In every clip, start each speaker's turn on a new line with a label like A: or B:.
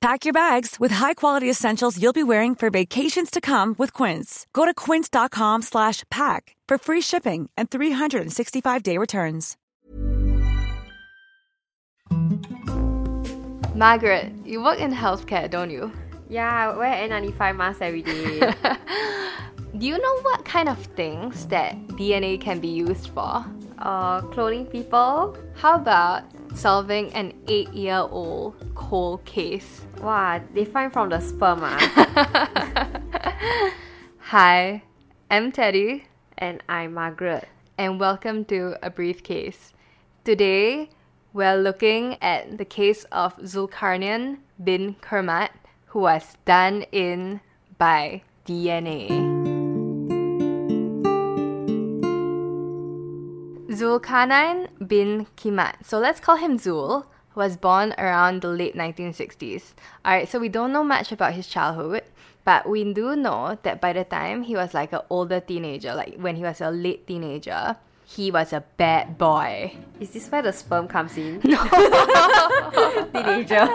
A: Pack your bags with high-quality essentials you'll be wearing for vacations to come with Quince. Go to quince.com slash pack for free shipping and 365-day returns.
B: Margaret, you work in healthcare, don't you?
C: Yeah, I wear N95 mask every day.
B: Do you know what kind of things that DNA can be used for?
C: uh, cloning people.
B: How about solving an eight year old cold case?
C: Wow, they find from the sperm. ah.
B: Hi, I'm Teddy,
C: and I'm Margaret.
B: and welcome to A Briefcase. Today, we're looking at the case of Zulkarnain bin Kermat, who was done in by DNA. Zulkarnain bin Kimat. So let's call him Zul. Was born around the late 1960s. Alright, so we don't know much about his childhood, but we do know that by the time he was like an older teenager, like when he was a late teenager, he was a bad boy.
C: Is this where the sperm comes in? No. Teenager.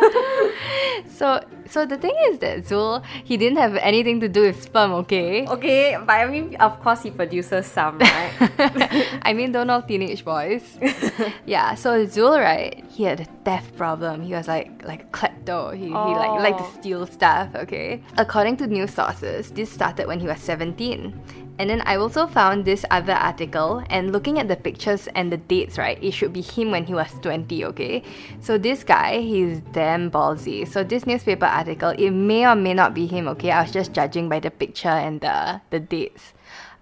B: So, so the thing is that Zul, he didn't have anything to do with sperm, okay?
C: Okay, but I mean, of course, he produces some, right?
B: I mean, don't all teenage boys. yeah, so Zul, right? He had a theft problem. He was like like a klepto. He, he like liked to steal stuff. Okay. According to news sources, this started when he was 17. And then I also found this other article, and looking at the pictures and the dates, right, it should be him when he was 20, okay? So this guy, he's damn ballsy. So this newspaper article, it may or may not be him, okay? I was just judging by the picture and the, the dates.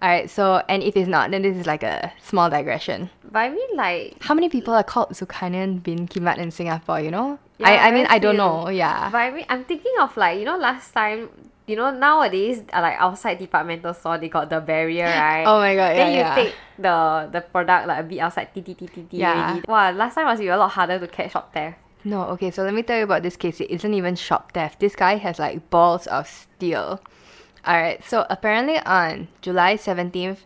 B: Alright, so and if it's not, then this is like a small digression.
C: but I mean, like,
B: How many people are called Zulkarnain bin Kimat in Singapore, you know?
C: Yeah,
B: I, I mean
C: very
B: I don't
C: few.
B: know, yeah.
C: but I mean, I'm thinking of like, you know, last time, you know, nowadays, uh, like outside departmental store, they got the barrier, right?
B: Oh my god, yeah.
C: Then you
B: yeah.
C: take the the product like a bit outside, t t t t t
B: Yeah.
C: already. Wow, last time was a lot harder to catch up there.
B: No, okay, so let me tell you about this case. It isn't even shop theft. This guy has like balls of steel. Alright, so apparently on July 17th,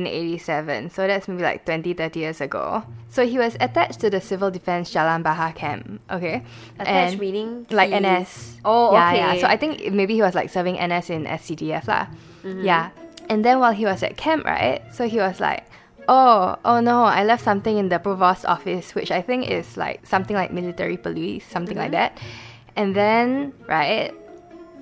B: 1987, so that's maybe like 20, 30 years ago. So he was attached to the civil defense Jalan Bahar camp, okay?
C: Attached
B: And-
C: meaning
B: like
C: he-
B: NS.
C: Oh,
B: yeah,
C: okay.
B: Yeah. So I think maybe he was like serving NS in SCDF lah.
C: Mm-hmm.
B: Yeah. And then while he was at camp, right? So he was like, oh, oh no, I left something in the provost's office, which I think is like something like military police, something like
C: Mm-hmm.
B: that. And then, right?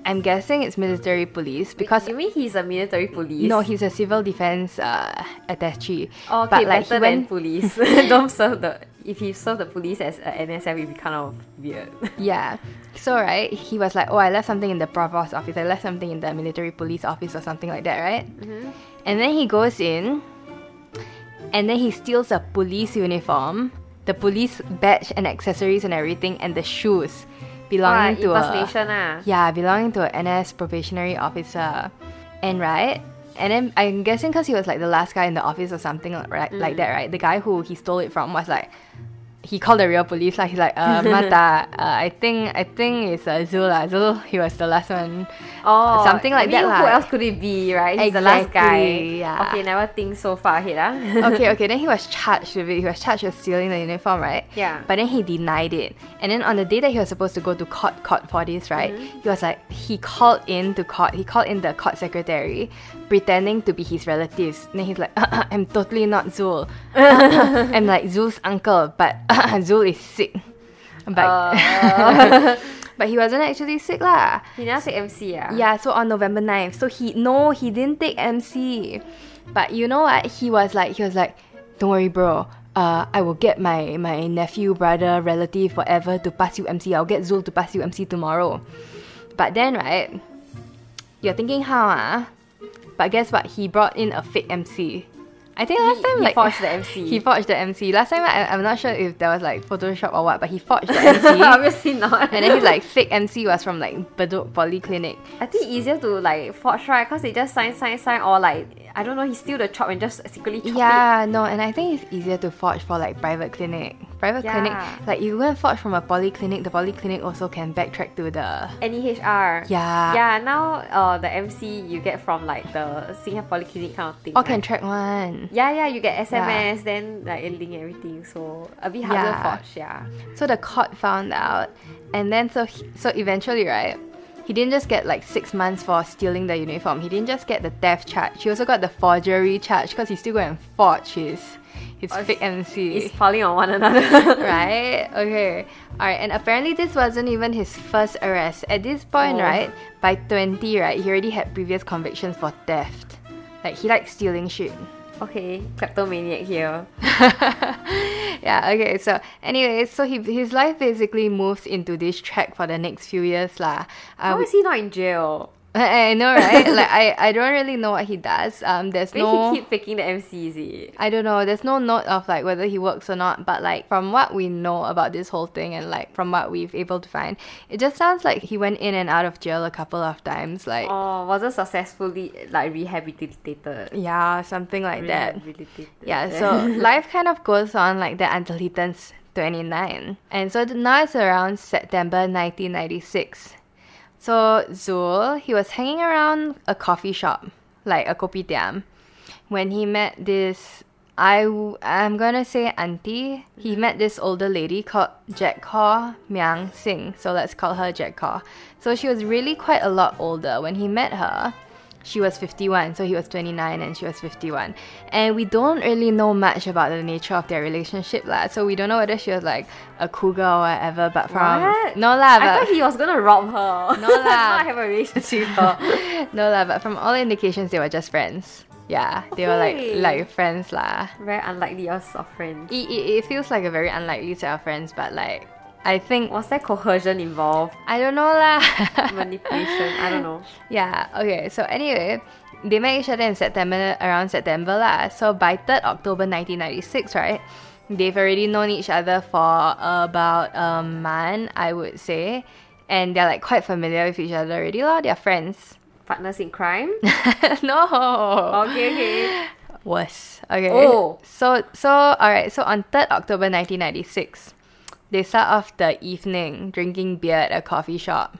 B: I'm guessing it's military police because
C: you mean he's a military police?
B: no, he's a civil defense uh, attaché.
C: Oh, okay,
B: but like
C: better
B: he went
C: than police. Don't serve the if you serve the police as an NSF, it'd be kind of weird.
B: Yeah. So right, he was like, "Oh, I left something in the provost's office. I left something in the military police office or something like that, right?" And then he goes in, and then he steals a police uniform, the police badge and accessories and everything, and the shoes belonging to a
C: impersonation ah.
B: yeah, belonging to an NS probationary officer, and right. And then I'm guessing because he was like the last guy in the office or something like, right, like that, right? The guy who he stole it from was like, he called the real police. Like he's like, uh, Mata, uh, I think I think it's uh, Zul lah. Zul, he was the last one.
C: Oh,
B: something like
C: I mean,
B: that
C: Who
B: lah.
C: else could it be, right? He's the last guy.
B: Exactly, yeah.
C: Okay, never think so far ahead. Ah.
B: okay, okay. Then he was charged with it. He was charged with stealing the uniform, right?
C: Yeah.
B: But then he denied it. And then on the day that he was supposed to go to court, court for this, right? He was like, he called in to court. He called in the court secretary, pretending to be his relatives. And then he's like, I'm totally not Zul. I'm like Zul's uncle, but Zul is sick. But but he wasn't actually sick lah.
C: he never say MC ah.
B: Yeah, so on November 9th. So he no, he didn't take MC. But you know what? He was like he was like, Don't worry bro, uh I will get my my nephew, brother, relative, whatever to pass you MC. I'll get Zul to pass you MC tomorrow. But then right, you're thinking how ah? But guess what? He brought in a fake MC. I think last time
C: he
B: like
C: forged the MC.
B: he forged the MC. Last time I, I'm not sure if there was like Photoshop or what, but he forged the MC.
C: Obviously not.
B: and then his like fake MC was from like Bedok Polyclinic.
C: I think easier to like forge right, cause they just sign, sign, sign, or like I don't know, he steal the chop and just secretly chop it.
B: Yeah, no, and I think it's easier to forge for like private clinic. Private
C: Yeah.
B: clinic, like you go and forge from a polyclinic, the polyclinic also can backtrack to the.
C: NEHR.
B: Yeah.
C: Yeah, now uh, the MC you get from like the Singapore Polyclinic kind of thing.
B: Or can
C: right?
B: track one.
C: Yeah, yeah, you get SMS, then like it link everything, so a bit harder
B: Yeah.
C: forge, yeah.
B: So the court found out, and then so he, so eventually, right? He didn't just get like six months for stealing the uniform. He didn't just get the theft charge. He also got the forgery charge because he still go and forge his his fake MC.
C: It's falling on one another.
B: right? Okay. Alright, and apparently this wasn't even his first arrest. At this point,
C: Oh.
B: right, by 20, right, he already had previous convictions for theft. Like he liked stealing shit.
C: okay, kleptomaniac here.
B: yeah, okay, so anyway, so he, his life basically moves into this track for the next few years lah.
C: How
B: Um,
C: is he not in jail?
B: I, I know, right? like I, I don't really know what he does. Um there's
C: Maybe
B: no
C: he keep faking the MC, is it?
B: I don't know. There's no note of like whether he works or not, but like from what we know about this whole thing and like from what we've able to find, it just sounds like he went in and out of jail a couple of times. Like
C: Or Oh, wasn't successfully like rehabilitated?
B: yeah, something like that.
C: Rehabilitated.
B: Yeah, so life kind of goes on like that until he turns 29. And so now it's around September 1996. So Zul, he was hanging around a coffee shop, like a kopitiam, when he met this. I w- I'm gonna say auntie. He met this older lady called Jack Kaw Myang Singh. So let's call her Jack Kaw. So she was really quite a lot older when he met her. She was 51, so he was 29 and she was 51. And we don't really know much about the nature of their relationship, lah. So we don't know whether she was like a cougar or whatever, but from.
C: What?
B: um, No, lah.
C: I
B: but-
C: thought he was gonna rob her.
B: No lah.
C: Now I have a relationship with her.
B: no lah, but from all indications, they were just friends. Yeah, they were
C: Okay.
B: like like friends lah.
C: Very unlikely us of friends.
B: It, it, it feels like a very unlikely set of friends, but like I think
C: Was there coercion involved?
B: I don't know lah.
C: Manipulation? I don't know.
B: yeah. Okay. So anyway, they met each other in September around September lah. So by third October 1996, right? They've already known each other for about a month, I would say, and they're like quite familiar with each other already lah. They're friends.
C: Partners in crime?
B: no.
C: Okay, okay.
B: Worse. Okay.
C: Oh.
B: So so all right. So on third October nineteen ninety six, they start off the evening drinking beer at a coffee shop.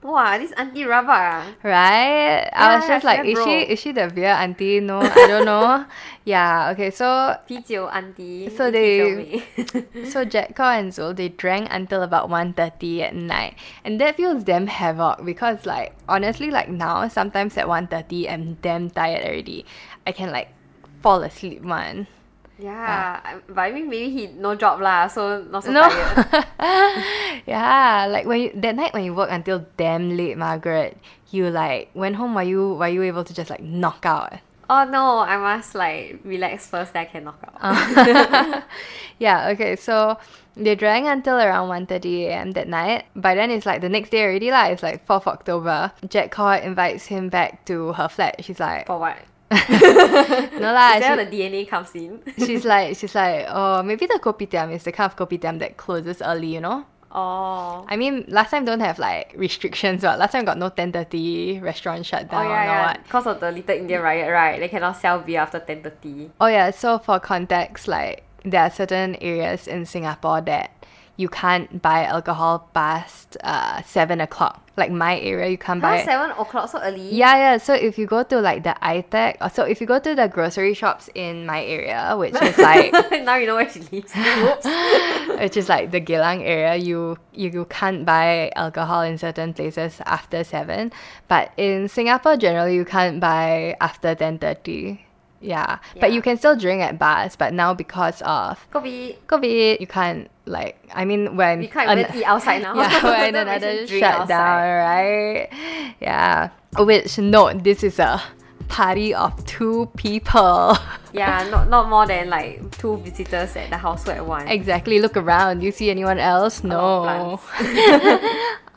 C: Wow, this auntie rubber. ah.
B: Right? I was
C: Yeah,
B: just like,
C: yeah,
B: is she
C: bro.
B: is she the beer auntie? No, I don't know. yeah. Okay. So
C: 啤酒 auntie.
B: So
C: 啤酒妹。
B: so Jack Kao and Zul they drank until about 1.30 at night and that feels damn havoc because like honestly like now sometimes at 1.30 I'm damn tired already. I can like fall asleep one.
C: yeah, I- but I mean maybe he no job lah, so not so
B: Ah. No.
C: tired.
B: yeah, like when you, that night when you work until damn late, Margaret, you like went home. Were you were you able to just like knock out?
C: Oh no, I must like relax first, then I can knock out.
B: Ah. yeah. Okay. So they drank until around 1.30 a.m. that night. By then it's like the next day already lah. It's like fourth October. Jack Cor invites him back to her flat. She's like,
C: For what?
B: no lah.
C: Is that
B: she-
C: where the DNA comes in?
B: she's like, she's like, oh, maybe the kopitiam is the kind of kopitiam that closes early, you know?
C: oh.
B: I mean, last time don't have like restrictions, but last time got no 10:30 restaurant
C: Oh
B: shutdown
C: yeah,
B: or
C: yeah.
B: what.
C: Because of the Little Indian riot, right? They cannot sell beer after ten thirty.
B: Oh yeah, so for context, like there are certain areas in Singapore that you can't buy alcohol past uh, seven o'clock. Like my area, you can't buy.
C: Past seven o'clock so early.
B: Yeah, yeah. So if you go to like the iTech, or so if you go to the grocery shops in my area, which is like
C: now you know where she lives. Whoops.
B: which is like the Geylang area, you, you you can't buy alcohol in certain places after seven. But in Singapore, generally, you can't buy after ten thirty. Yeah. but
C: Yeah.
B: you can still drink at bars. But now because of
C: Could be
B: COVID, you can't like. I mean, when
C: we can't even
B: an-
C: eat outside now.
B: yeah, when
C: Don't
B: another
C: mention drink
B: shutdown,
C: outside.
B: right? Yeah. Oh, Which note, this is a party of two people.
C: Yeah, not not more than like two visitors at the household at once.
B: Exactly. Look around. Do you see anyone else?
C: lot of
B: No.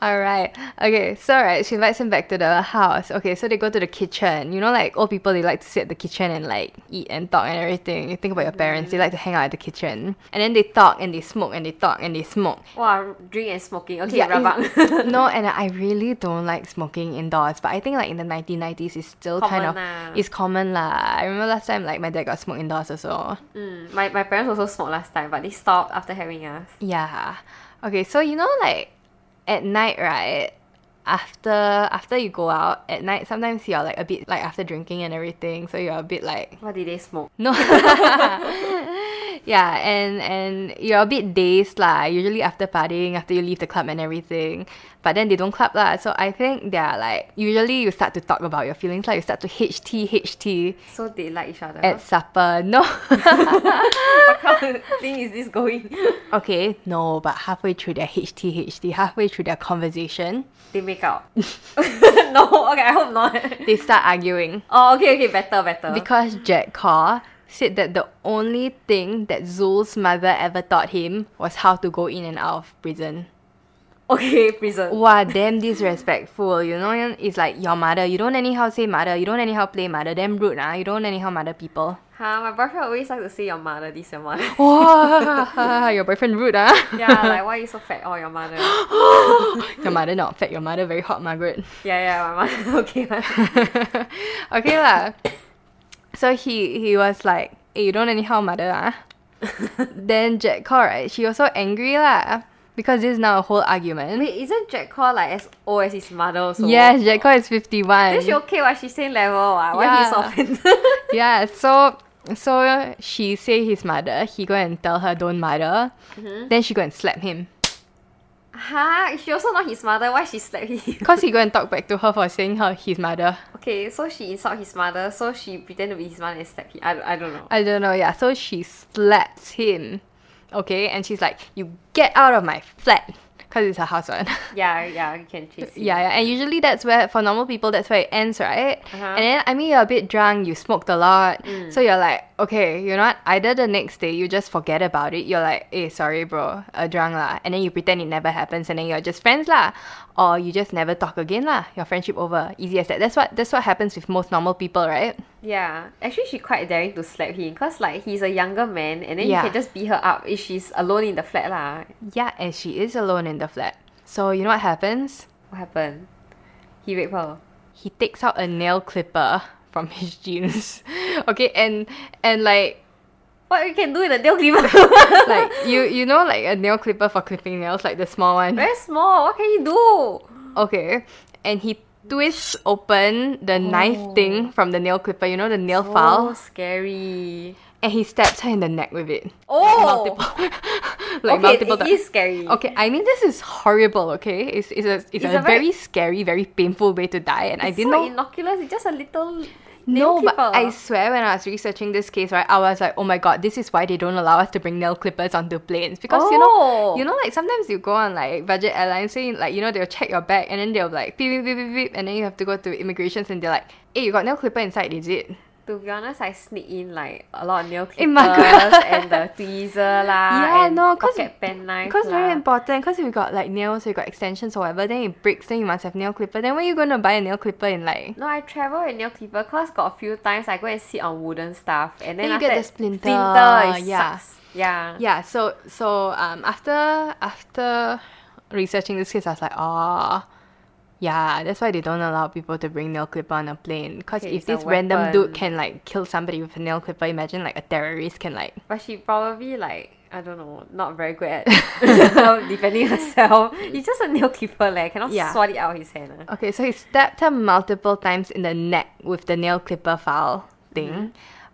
B: All right. Okay. So, right, she invites him back to the house. Okay. So they go to the kitchen. You know, like old people, they like to sit at the kitchen and like eat and talk and everything. You think about your parents, they like to hang out at the kitchen. And then they talk and they smoke and they talk and they smoke.
C: Wow, drink and smoking. Okay,
B: Yeah, it-
C: rabak.
B: no, and I really don't like smoking indoors. But I think like in the 1990s, it's still kind of
C: Common lah.
B: it's common lah. I remember last time like my dad got smoked indoors also.
C: Mm, my, my parents also smoked last time, but they stopped after having us.
B: Yeah. Okay, so you know like at night, right? After after you go out at night, sometimes you're like a bit like after drinking and everything, so you're a bit like
C: What did they smoke?
B: no. yeah, and and you're a bit dazed lah. Usually after partying, after you leave the club and everything, but then they don't club lah. So I think they're like usually you start to talk about your feelings, like you start to HT HT
C: So they like each other.
B: at supper. No.
C: what kind of thing is this going?
B: okay, no, but halfway through their HT HT, halfway through their conversation,
C: they make out. no, okay, I hope not.
B: they start arguing
C: Oh, okay, okay, better, better.
B: because Jack Carr said that the only thing that Zul's mother ever taught him was how to go in and out of prison.
C: okay, prison.
B: Wow, damn disrespectful. You know, it's like your mother. You don't anyhow say mother. You don't anyhow play mother. Damn rude, ah. You don't anyhow mother people.
C: Huh, my boyfriend always likes to say your mother, this your mother.
B: Oh. Wow, your boyfriend rude, ah.
C: yeah, like why you so fat? Oh, your mother.
B: Your mother not fat. Your mother very hot, Margaret.
C: Yeah, yeah, my mother. Okay, my
B: okay lah. So he he was like, hey, you don't anyhow mother ah. then Jack called right. She was so angry lah because this is now a whole argument.
C: Wait, isn't Jack Call like as old as his mother also?
B: Yes, Jack called is fifty one.
C: Then she okay what she same level what? Why
B: Yeah.
C: he so offended?
B: yeah, so so she say his mother. He go and tell her don't mother. Then she go and slap him
C: huh? She also not his mother, why she slapped him?
B: because he go and talk back to her for saying her his mother.
C: Okay, so she insult his mother, so she pretend to be his mother and slapped him. I, don't- I don't know.
B: I don't know. Yeah, so she slaps him. Okay, and she's like, "You get out of my flat," because it's her house, right?
C: Yeah, yeah, you can chase him.
B: Yeah, yeah, and usually that's where for normal people that's where it ends, right? And then I mean you're a bit drunk, you smoked a lot, so you're like, okay, you know what? Either the next day you just forget about it, you're like, hey, sorry, bro, uh, drunk lah, and then you pretend it never happens, and then you're just friends lah, or you just never talk again lah. Your friendship over, easy as that. That's what that's what happens with most normal people, right?
C: Yeah, actually, she quite daring to slap him because like he's a younger man, and then
B: Yeah.
C: you can just beat her up if she's alone in the flat lah.
B: Yeah, and she is alone in the flat, so you know what happens?
C: What happened? He raped her.
B: he takes out a nail clipper from his jeans, okay, and and like.
C: What you can do in a nail clipper?
B: like you you know like a nail clipper for clipping nails like the small one
C: Very small. What can you do?
B: okay and he twists open the knife thing from the nail clipper you know the nail file
C: Oh, scary.
B: and he stabs her in the neck with it
C: Oh,
B: multiple like
C: okay,
B: multiple
C: it
B: times
C: is scary.
B: okay i mean this is horrible okay it's, it's a it's, a,
C: a
B: very,
C: very-
B: scary very painful way to die and i
C: It's
B: didn't
C: so
B: know
C: innocuous. It's just a little.
B: No,
C: nail
B: but
C: clipper.
B: I swear when I was researching this case, right, I was like, oh my god, this is why they don't allow us to bring nail clippers onto planes because you know,
C: Oh.
B: you know, like sometimes you go on like budget airlines, saying like you know they'll check your bag and then they'll like beep beep beep beep beep, and then you have to go to immigrations and they're like, hey, you got nail clipper inside, is it?
C: To be honest, I sneak in like a lot of nail clippers
B: In my class.
C: and the tweezer lah.
B: yeah,
C: Ah, and
B: no, cause
C: pocket pen knife.
B: because very
C: lah.
B: important, because you got like nails, you got extensions or whatever, then it breaks, then you must have nail clipper. Then when you gonna buy a nail clipper in like?
C: No, I travel with nail clipper because got a few times I go and sit on wooden stuff and
B: Then
C: then
B: you
C: after
B: get the
C: that-
B: splinter,
C: Splinter, it
B: yeah.
C: sucks. Yeah.
B: Yeah, so so um after after researching this case, I was like, ah, yeah, that's why they don't allow people to bring nail clipper on a plane. Because
C: Okay,
B: if
C: it's a
B: this random dude
C: weapon.
B: can like kill somebody with a nail clipper, imagine like a terrorist can like
C: But she probably like I don't know, not very good at defending herself. It's just a nail clipper, like cannot
B: Yeah.
C: swat it out of his hand. ah.
B: Okay, so he stabbed her multiple times in the neck with the nail clipper file thing.
C: Mm-hmm.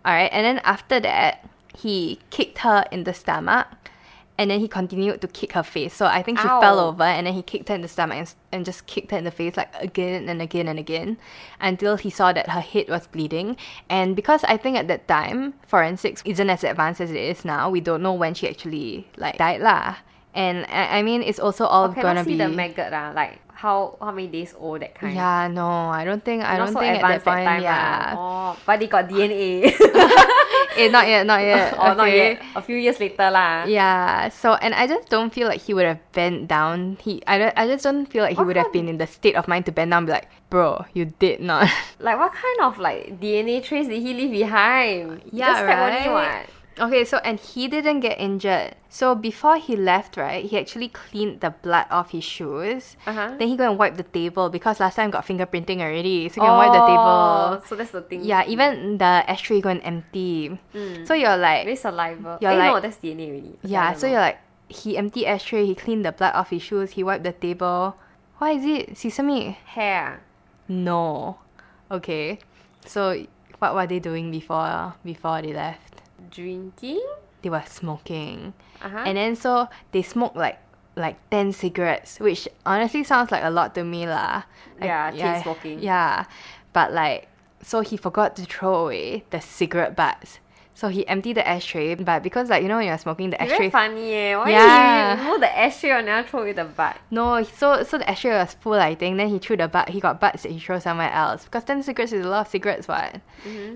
B: right, and then after that, he kicked her in the stomach, and then he continued to kick her face. So I think she fell
C: Ow.
B: over, and then he kicked her in the stomach and, s- and just kicked her in the face like again and again and again, until he saw that her head was bleeding. And because I think at that time forensics isn't as advanced as it is now, we don't know when she actually like died lah. And I, I mean, it's also all
C: Cannot
B: gonna
C: see
B: be
C: the maggot lah, like how how many days old that kind.
B: yeah, no, I don't think I
C: Not
B: don't
C: so
B: think at that
C: advanced
B: point.
C: time.
B: yeah,
C: ah. Oh, but they got DNA.
B: Eh, not yet, not yet.
C: or Oh, not
B: okay.
C: yet. A few years later lah.
B: Yeah. So, and I just don't feel like he would have bent down. He, I, don't, I just don't feel like he would have been in the state of mind to bend down. And be like, bro, you did not.
C: Like what kind of like DNA trace did he leave behind? Just that only what.
B: Okay, so and he didn't get injured. So before he left, right, he actually cleaned the blood off his shoes.
C: Uh-huh.
B: Then he go and wipe the table because last time got fingerprinting already, so he can wipe the table.
C: Oh, So that's the thing.
B: Yeah, even the ashtray he go and empty.
C: Mm.
B: So you're like,
C: Maybe saliva.
B: You're
C: eh, no,
B: like-
C: that's DNA already. Okay,
B: yeah.
C: I
B: So
C: don't
B: you're like, he empty ashtray, he cleaned the blood off his shoes, he wiped the table. Why is it sesame?
C: know. hair.
B: No. Okay. So what were they doing before before they left?
C: Drinking?
B: They were smoking.
C: Uh-huh.
B: And then so they smoked like like ten cigarettes, which honestly sounds like a lot to me lah. Like,
C: Yeah, chain smoking.
B: Yeah. But like so he forgot to throw away the cigarette butts. So he emptied the ashtray, but because like you know when you're smoking the
C: It's Very
B: ashtray
C: funny eh. Why
B: Yeah.
C: you remove the ashtray and now throw it in the butt?
B: No, so so the ashtray was full, I think. Then he threw the butt. He got butts that he threw somewhere else because ten cigarettes is a lot of cigarettes, what?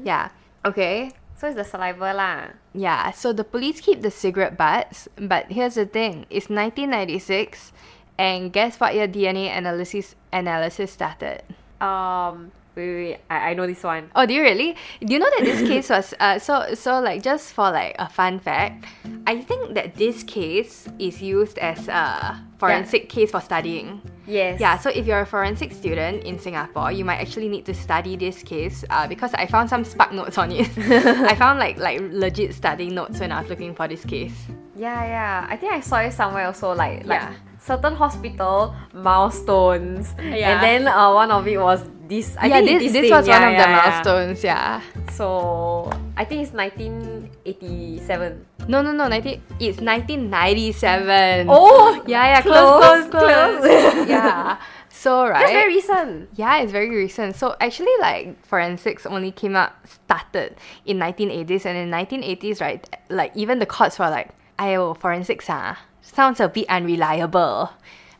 B: Yeah. Okay.
C: So it's the saliva lah.
B: Yeah. So the police keep the cigarette butts, but here's the thing: it's 1996, and guess what year DNA analysis analysis started?
C: Um, wait, wait, wait. I, I know this one.
B: Oh, do you really? Do you know that this case was uh, so so like just for like a fun fact? I think that this case is used as a forensic case for studying.
C: Yes.
B: Yeah, so if you're a forensic student in Singapore, you might actually need to study this case uh, because I found some spark notes on it. I found like like legit study notes when I was looking for this case.
C: Yeah, yeah. I think I saw it somewhere also. Like, like
B: Yeah.
C: certain hospital milestones.
B: Yeah.
C: And then uh, one of it was this. I
B: yeah,
C: think
B: this,
C: this,
B: this,
C: thing.
B: was
C: Yeah,
B: one of
C: yeah,
B: the
C: yeah.
B: milestones, yeah.
C: So I think it's 1987.
B: No, no, no, 19, it's 1997.
C: Oh,
B: yeah, yeah, close, close,
C: Close,
B: close.
C: close.
B: yeah. So, right?
C: That's very recent.
B: Yeah, it's very recent. So actually, like forensics only came out started in 1980s, and in 1980s, right? Like even the courts were like, "Ayo, forensics ah, sounds a bit unreliable."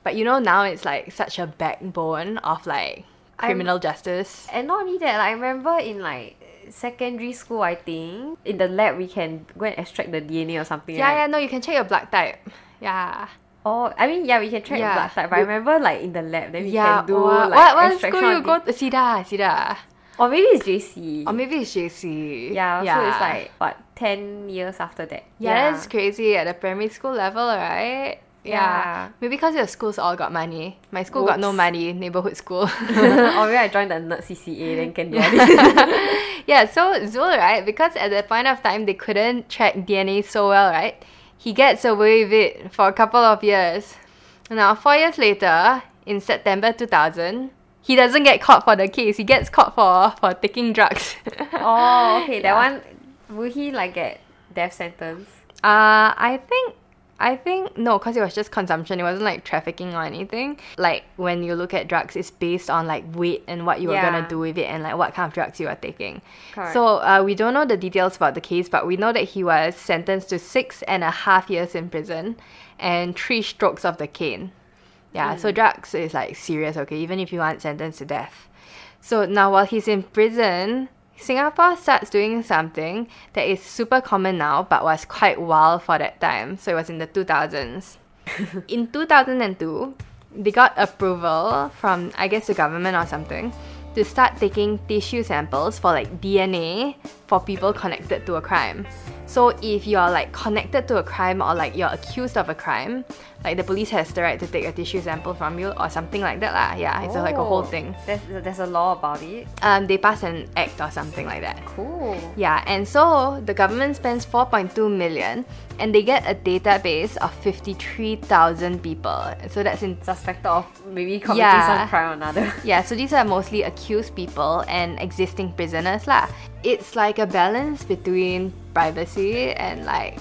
B: But you know now it's like such a backbone of like criminal justice.
C: And not only that, like, I remember in like secondary school, I think in the lab we can go and extract the DNA or something.
B: Yeah, yeah.
C: right?
B: No, you can check your blood type. Yeah.
C: Oh, I mean, yeah, we can track
B: Yeah.
C: blood type. But
B: You-
C: I remember like in the lab, then we
B: Yeah.
C: can do
B: or-
C: like
B: what what
C: extraction
B: school you
C: of
B: go
C: the-
B: to? Sida, Sida.
C: Or maybe it's JC.
B: Or maybe it's JC.
C: yeah, So it's like what ten years after that.
B: Yeah, that's crazy at the primary school level, right?
C: Yeah.
B: Maybe because your schools all got money. My school got no
C: Whoops.
B: money, neighborhood school.
C: or maybe I joined the nerd CCA, then can do all this.
B: yeah, so Zul, right? Because at that point of time, they couldn't track DNA so well, right? He gets away with it for a couple of years. Now, four years later, in September 2000, he doesn't get caught for the case. He gets caught for, for taking drugs.
C: Oh, okay, that one. Will he like get death sentence?
B: Uh, I think, I think no, because it was just consumption. It wasn't like trafficking or anything. Like when you look at drugs, it's based on like weight and what you were
C: Yeah.
B: gonna do with it and like what kind of drugs you are taking.
C: Correct.
B: So uh, we don't know the details about the case, but we know that he was sentenced to six and a half years in prison and three strokes of the cane. Yeah, so drugs is like serious, okay, even if you aren't sentenced to death. So now while he's in prison, Singapore starts doing something that is super common now but was quite wild for that time. So it was in the 2000s. in 2002, they got approval from, I guess, the government or something to start taking tissue samples for like DNA for people connected to a crime. So if you're like connected to a crime or like you're accused of a crime, like the police has the right to take a tissue sample from you or something like that lah. Yeah, it's like a whole
C: Oh,
B: thing.
C: There's there's a law about it.
B: Um, they pass an act or something like that.
C: Cool.
B: Yeah, and so the government spends 4.2 million and they get a database of 53,000 people. So that's in
C: Suspected of maybe committing
B: Yeah.
C: some crime or another.
B: yeah, so these are mostly accused people and existing prisoners lah. It's like a balance between privacy and like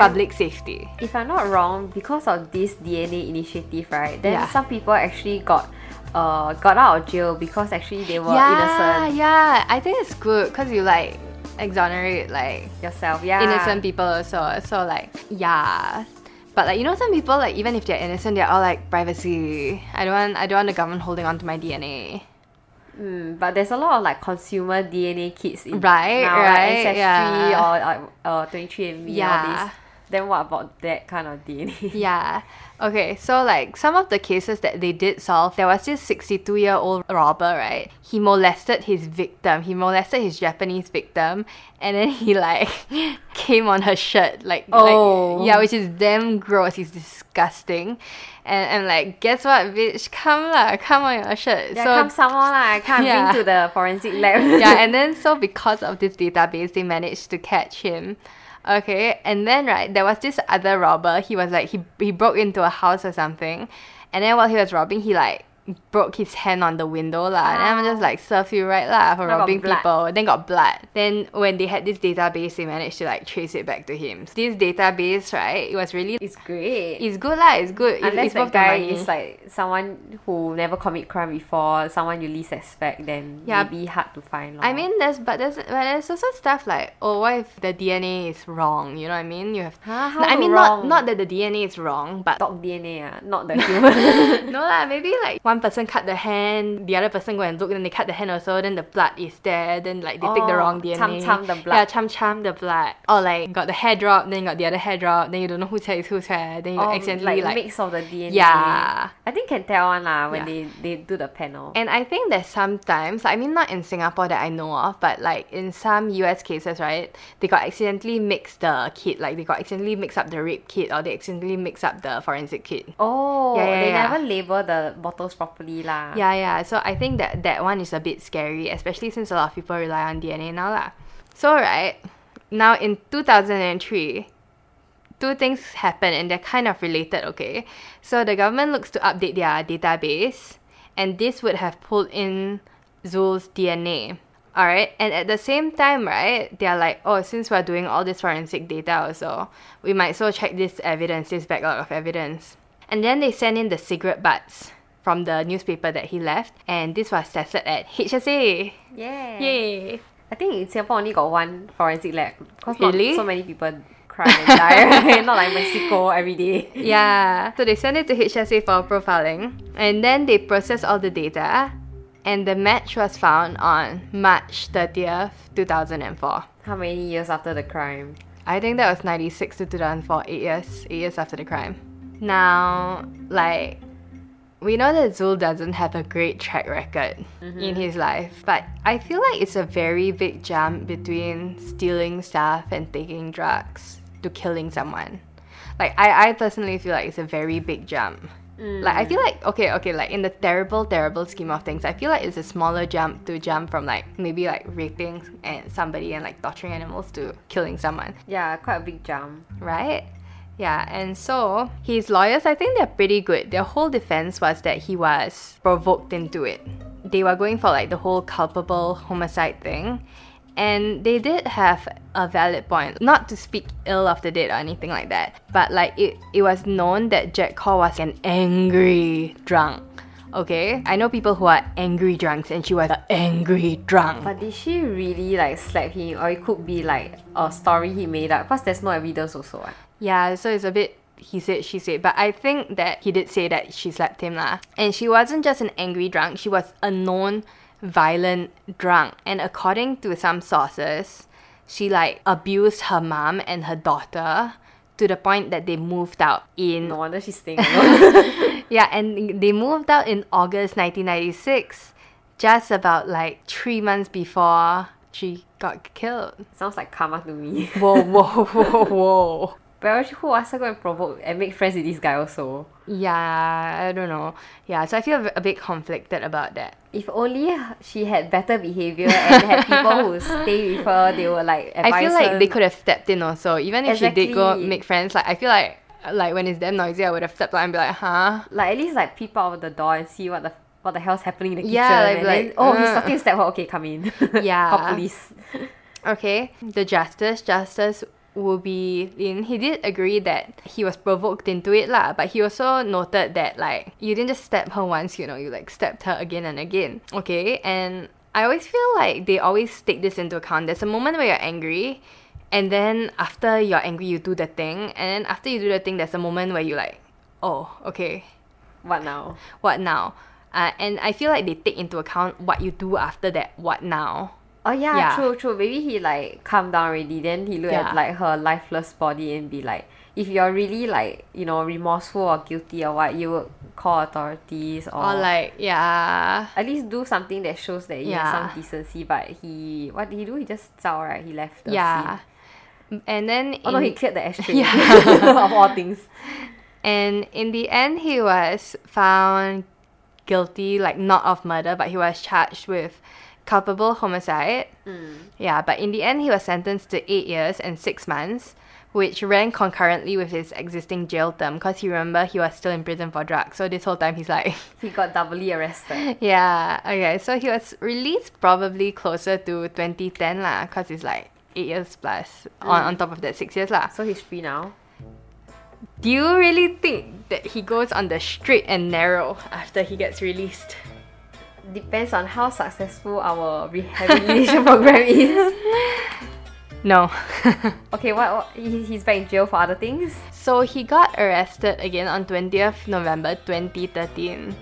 B: public safety.
C: If I'm not wrong, because of this DNA initiative, right? Then
B: Yeah.
C: some people actually got uh got out of jail because actually they were
B: yeah,
C: innocent
B: yeah. I think it's good because you like exonerate like
C: yourself. Yeah.
B: innocent people also. So like yeah. But like you know some people like even if they're innocent, they're all like privacy. I don't want I don't want the government holding on to my DNA.
C: Mm, but there's a lot of like consumer DNA kits in
B: Right,
C: now, like
B: right,
C: Ancestry
B: yeah.
C: or uh, uh, 23andMe all
B: Yeah.
C: this. Then what about that kind of DNA?
B: Yeah. Okay, so like some of the cases that they did solve, there was this 62 year old robber, right? He molested his victim. He molested his Japanese victim, and then he like came on her shirt, like, like-
C: Oh.
B: yeah, which is damn gross. He's disgusting, and I'm like, guess what, bitch? Come lah, come on your shirt.
C: yeah, come someone lah. I can't
B: Yeah.
C: bring to the forensic lab.
B: yeah, and then so because of this database, they managed to catch him. Okay, and then right, there was this other robber. He was like he he broke into a house or something, and then while he was robbing, he like broke his hand on the window lah. And I'm just like serve you right lah for
C: Now got
B: robbing
C: blood.
B: people. Then got blood. Then when they had this database, they managed to like trace it back to him. this database, right, it was really
C: it's great.
B: it's good lah. It's good. It-
C: Unless
B: it's
C: that
B: worth the
C: guy
B: money.
C: is like someone who never commit crime before, someone you least expect, then
B: Yeah.
C: maybe hard to find. lor.
B: I mean, there's but there's but there's also stuff like oh, what if the DNA is wrong? You know what I mean? You have
C: Huh? How
B: I mean
C: wrong?
B: not not that the DNA is wrong, but
C: dog DNA, ah, not the human.
B: no lah, maybe like one person cut the hand, the other person go and look, then they cut the hand also, then the blood is there, then like they take the
C: Oh,
B: wrong DNA.
C: cham cham the blood.
B: Yeah, cham cham the blood. Or like got the hair drop, then you got the other hair drop, then you don't know whose hair is whose hair, then you
C: Or
B: accidentally
C: Oh, like,
B: like,
C: mix of the DNA.
B: Yeah.
C: I think can tell one lah when
B: Yeah.
C: they, they do the panel.
B: And I think there's sometimes, I mean, not in Singapore that I know of, but like in some US cases, right? They got accidentally mixed the kit, like they got accidentally mixed up the rape kit or they accidentally mixed up the forensic kit.
C: oh,
B: Yeah, yeah,
C: they
B: yeah.
C: never label the bottles properly lah.
B: Yeah, yeah. So I think that that one is a bit scary, especially since a lot of people rely on DNA now, lah. So right now in 2003, two things happen and they're kind of related. Okay, so the government looks to update their database, and this would have pulled in Zul's DNA. All right, and at the same time, right, they're like, oh, since we're doing all this forensic data, also, we might so check this evidence, this backlog of evidence. And then they sent in the cigarette butts from the newspaper that he left, and this was tested at HSA.
C: Yeah.
B: Yay!
C: I think in Singapore only got one forensic lab. Because
B: Really?
C: not so many people cry and die. right? not like Mexico every day.
B: Yeah. So they sent it to HSA for profiling, and then they processed all the data, and the match was found on March 30th, 2004.
C: How many years after the crime?
B: I think that was 96 to 2004, eight years, eight years after the crime. Now, like, we know that Zul doesn't have a great track record in his life, but I feel like it's a very big jump between stealing stuff and taking drugs to killing someone. Like, I, I personally feel like it's a very big jump. Like, I feel like, okay, okay, like in the terrible, terrible scheme of things, I feel like it's a smaller jump to jump from like maybe like raping and somebody and like torturing animals to killing someone
C: Yeah, quite a big jump.
B: right? Yeah, and so his lawyers, I think they're pretty good. Their whole defense was that he was provoked into it. They were going for like the whole culpable homicide thing. And they did have a valid point, not to speak ill of the dead or anything like that, but like it, it was known that Jack Cor was an angry drunk. Okay? I know people who are angry drunks, and she was an angry drunk.
C: But did she really like slap him, or it could be like a story he made up? Cause there's no evidence also. What?
B: Yeah, so it's a bit he said, she said. But I think that he did say that she slapped him lah. And she wasn't just an angry drunk, she was a known violent drunk. And according to some sources, she like abused her mom and her daughter to the point that they moved out in
C: No wonder she's staying alone.
B: yeah, and they moved out in August 1996, just about like 3 months before she got killed.
C: Sounds like karma to me.
B: Whoa, whoa, whoa, whoa.
C: But who wants to go and provoke and make friends with this guy also?
B: Yeah, I don't know. Yeah, so I feel a bit conflicted about that.
C: If only she had better behavior and had people who stay with her, they were like advise
B: I feel like
C: her.
B: they could have stepped in also. Even if she did go
C: Exactly.
B: make friends, like I feel like like when it's damn noisy, I would have stepped out and be like, huh?
C: like at least like peep out of the door and see what the what the hell's happening in the
B: Yeah, like,
C: kitchen. and
B: like,
C: then, oh, he's
B: uh.
C: talking to stepfather. Okay, come in.
B: Yeah.
C: Call police.
B: Okay. The justice, justice will be in. He did agree that he was provoked into it lah, but he also noted that like you didn't just stab her once, you know, you like stabbed her again and again. Okay, and I always feel like they always take this into account. There's a moment where you're angry. And then after you're angry, you do the thing. And then after you do the thing, there's a moment where you like, oh, okay,
C: What now?
B: what now? Uh, and I feel like they take into account what you do after that, what now.
C: Oh yeah,
B: Yeah.
C: true, true. Maybe he like calm down already. Then he look
B: Yeah.
C: at like her lifeless body and be like, if you're really like you know remorseful or guilty or what, you would call authorities or,
B: Or like, yeah.
C: at least do something that shows that you have
B: Yeah.
C: some decency. But he, what did he do? He just zao right. He left the
B: yeah.
C: scene.
B: M- And then
C: Oh no,
B: in-
C: he cleared the ashtray.
B: Yeah.
C: of all things.
B: and in the end he was found guilty like not of murder but he was charged with culpable homicide
C: Mm.
B: yeah but in the end he was sentenced to eight years and six months which ran concurrently with his existing jail term because he remember he was still in prison for drugs so this whole time he's like
C: He got doubly arrested.
B: yeah okay so he was released probably closer to 2010 lah because it's like eight years plus
C: Mm.
B: on, on top of that six years lah
C: So he's free now.
B: do you really think that he goes on the straight and narrow after he gets released?
C: Depends on how successful our rehabilitation program is.
B: No.
C: Okay, what, what he, he's back in jail for other things.
B: so he got arrested again on 20th November 2013.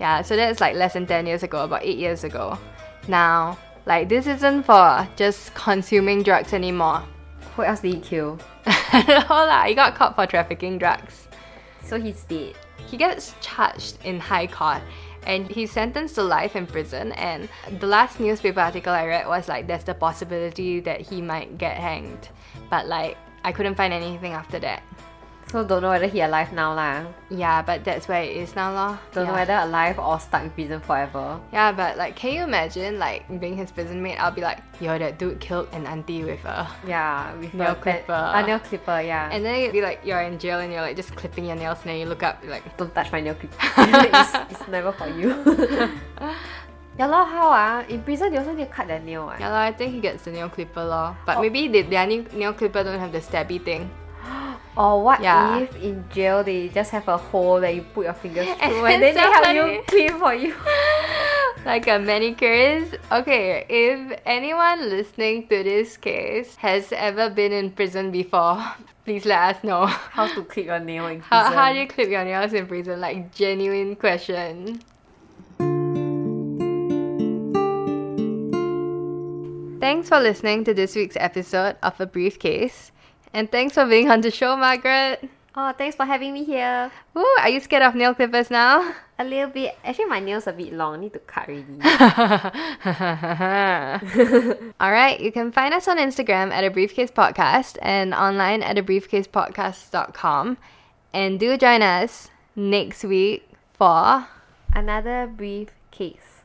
B: Yeah, so that's like less than 10 years ago, about 8 years ago. Now, like this isn't for just consuming drugs anymore.
C: Who else did he kill?
B: Hold on, he got caught for trafficking drugs.
C: So he's dead.
B: He gets charged in high court and he's sentenced to life in prison and the last newspaper article I read was like there's the possibility that he might get hanged. But like I couldn't find anything after that.
C: So don't know whether he alive now lah.
B: Yeah, but that's where it is now lor.
C: Don't
B: yeah.
C: know whether alive or stuck in prison forever.
B: Yeah, but like can you imagine like being his prison mate? I'll be like, yo that dude killed an auntie with a
C: Yeah, with
B: Nail
C: a pen-
B: clipper.
C: A nail uh, clipper, yeah.
B: and then it'd be like you're in jail and you're like just clipping your nails and then you look up you're like
C: don't touch my nail clipper. it's, it's never for you. yeah lor, how ah? In prison they also need to cut their nail ah.
B: Yeah, lah, I think he gets the nail clipper law.
C: Oh.
B: But maybe they, their nail, nail clipper don't have the stabby thing.
C: Or what
B: Yeah.
C: if in jail they just have a hole that you put your fingers
B: And
C: through and then they help you
B: somebody-
C: clean for you.
B: like a manicurist. Okay, if anyone listening to this case has ever been in prison before, please let us know.
C: How to clip your nail in prison.
B: How, how do you clip your nails in prison? Like, genuine question. Thanks for listening to this week's episode of A Briefcase. And thanks for being on the show, Margaret.
C: oh, thanks for having me here.
B: Ooh, are you scared of nail clippers now?
C: A little bit. Actually, my nails a bit long. Need to cut already.
B: Uh-huh. All right, you can find us on Instagram at a briefcase podcast and online at a briefcasepodcast.com. And do join us next week for
C: Another brief case.